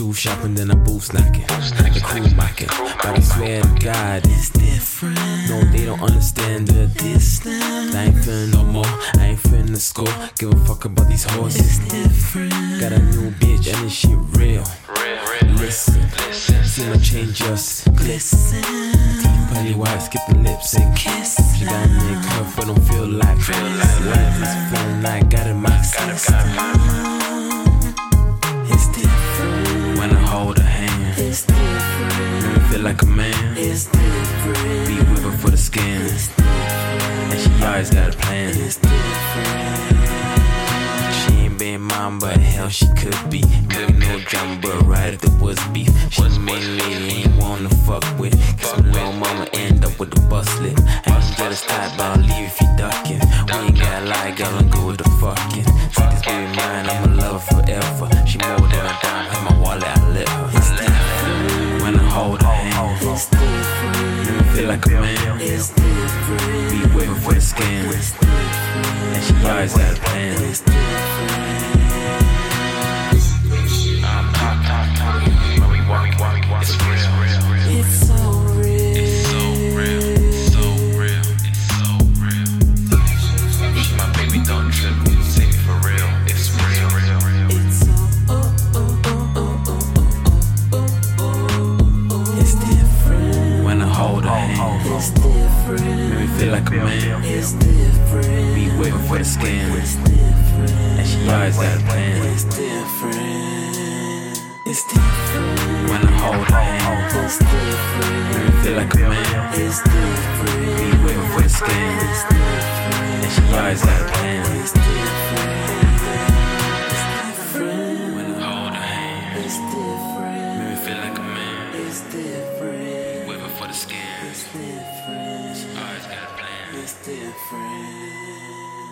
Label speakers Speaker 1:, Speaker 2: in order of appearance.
Speaker 1: Move shopping, then I'm booth snacking. The cool mocking. But I swear to God, it's different. No, they don't understand the distance. I ain't feeling no more. I ain't feeling the score. Give a fuck about these hoes. It's different. Got a new bitch, and this shit real. Listen, see my chain just glisten. Pearly white, skip the lips and kiss. She got me cuff, but don't feel like feel like life is feeling like got in my It's different when I hold her hand. It's different. Make me feel like a man. It's different. Be with her for the skin. And she always got a plan. It's she ain't been mine, but hell she could be. Could no drama, but right if it was beef. She mainly ain't wanna fuck with. Cause my little mama end up with a bus lip. I ain't let us tight, but I'll leave if you duckin'. We ain't gotta lie, girl, I'm good with the fucking. Fuck this baby mine, I'ma love her forever. She more than a dime, in my wallet, I let her. It's different when I hold her hand. It's different. Feel like a man. It's different. Be with her for the skin. And she always got a plan. It's different.
Speaker 2: It's so real. It's so oh oh oh oh oh oh oh oh oh. It's different.
Speaker 1: When I hold her hand,
Speaker 2: It's different.
Speaker 1: make me feel like a man.
Speaker 2: It's different.
Speaker 1: Be waiting for the skin,
Speaker 2: It's different.
Speaker 1: and she always got a plan.
Speaker 2: It's different. It's different.
Speaker 1: When I hold her hand,
Speaker 2: It's different.
Speaker 1: make me feel like a man.
Speaker 2: It's different.
Speaker 1: Be waiting for the skin, and she always got a plan.
Speaker 2: It's different.
Speaker 1: When I hold her hand,
Speaker 2: It's different.
Speaker 1: make me feel like a man.
Speaker 2: It's different.
Speaker 1: Waiting for the skin,
Speaker 2: It's different.
Speaker 1: always got a plan.
Speaker 2: It's different.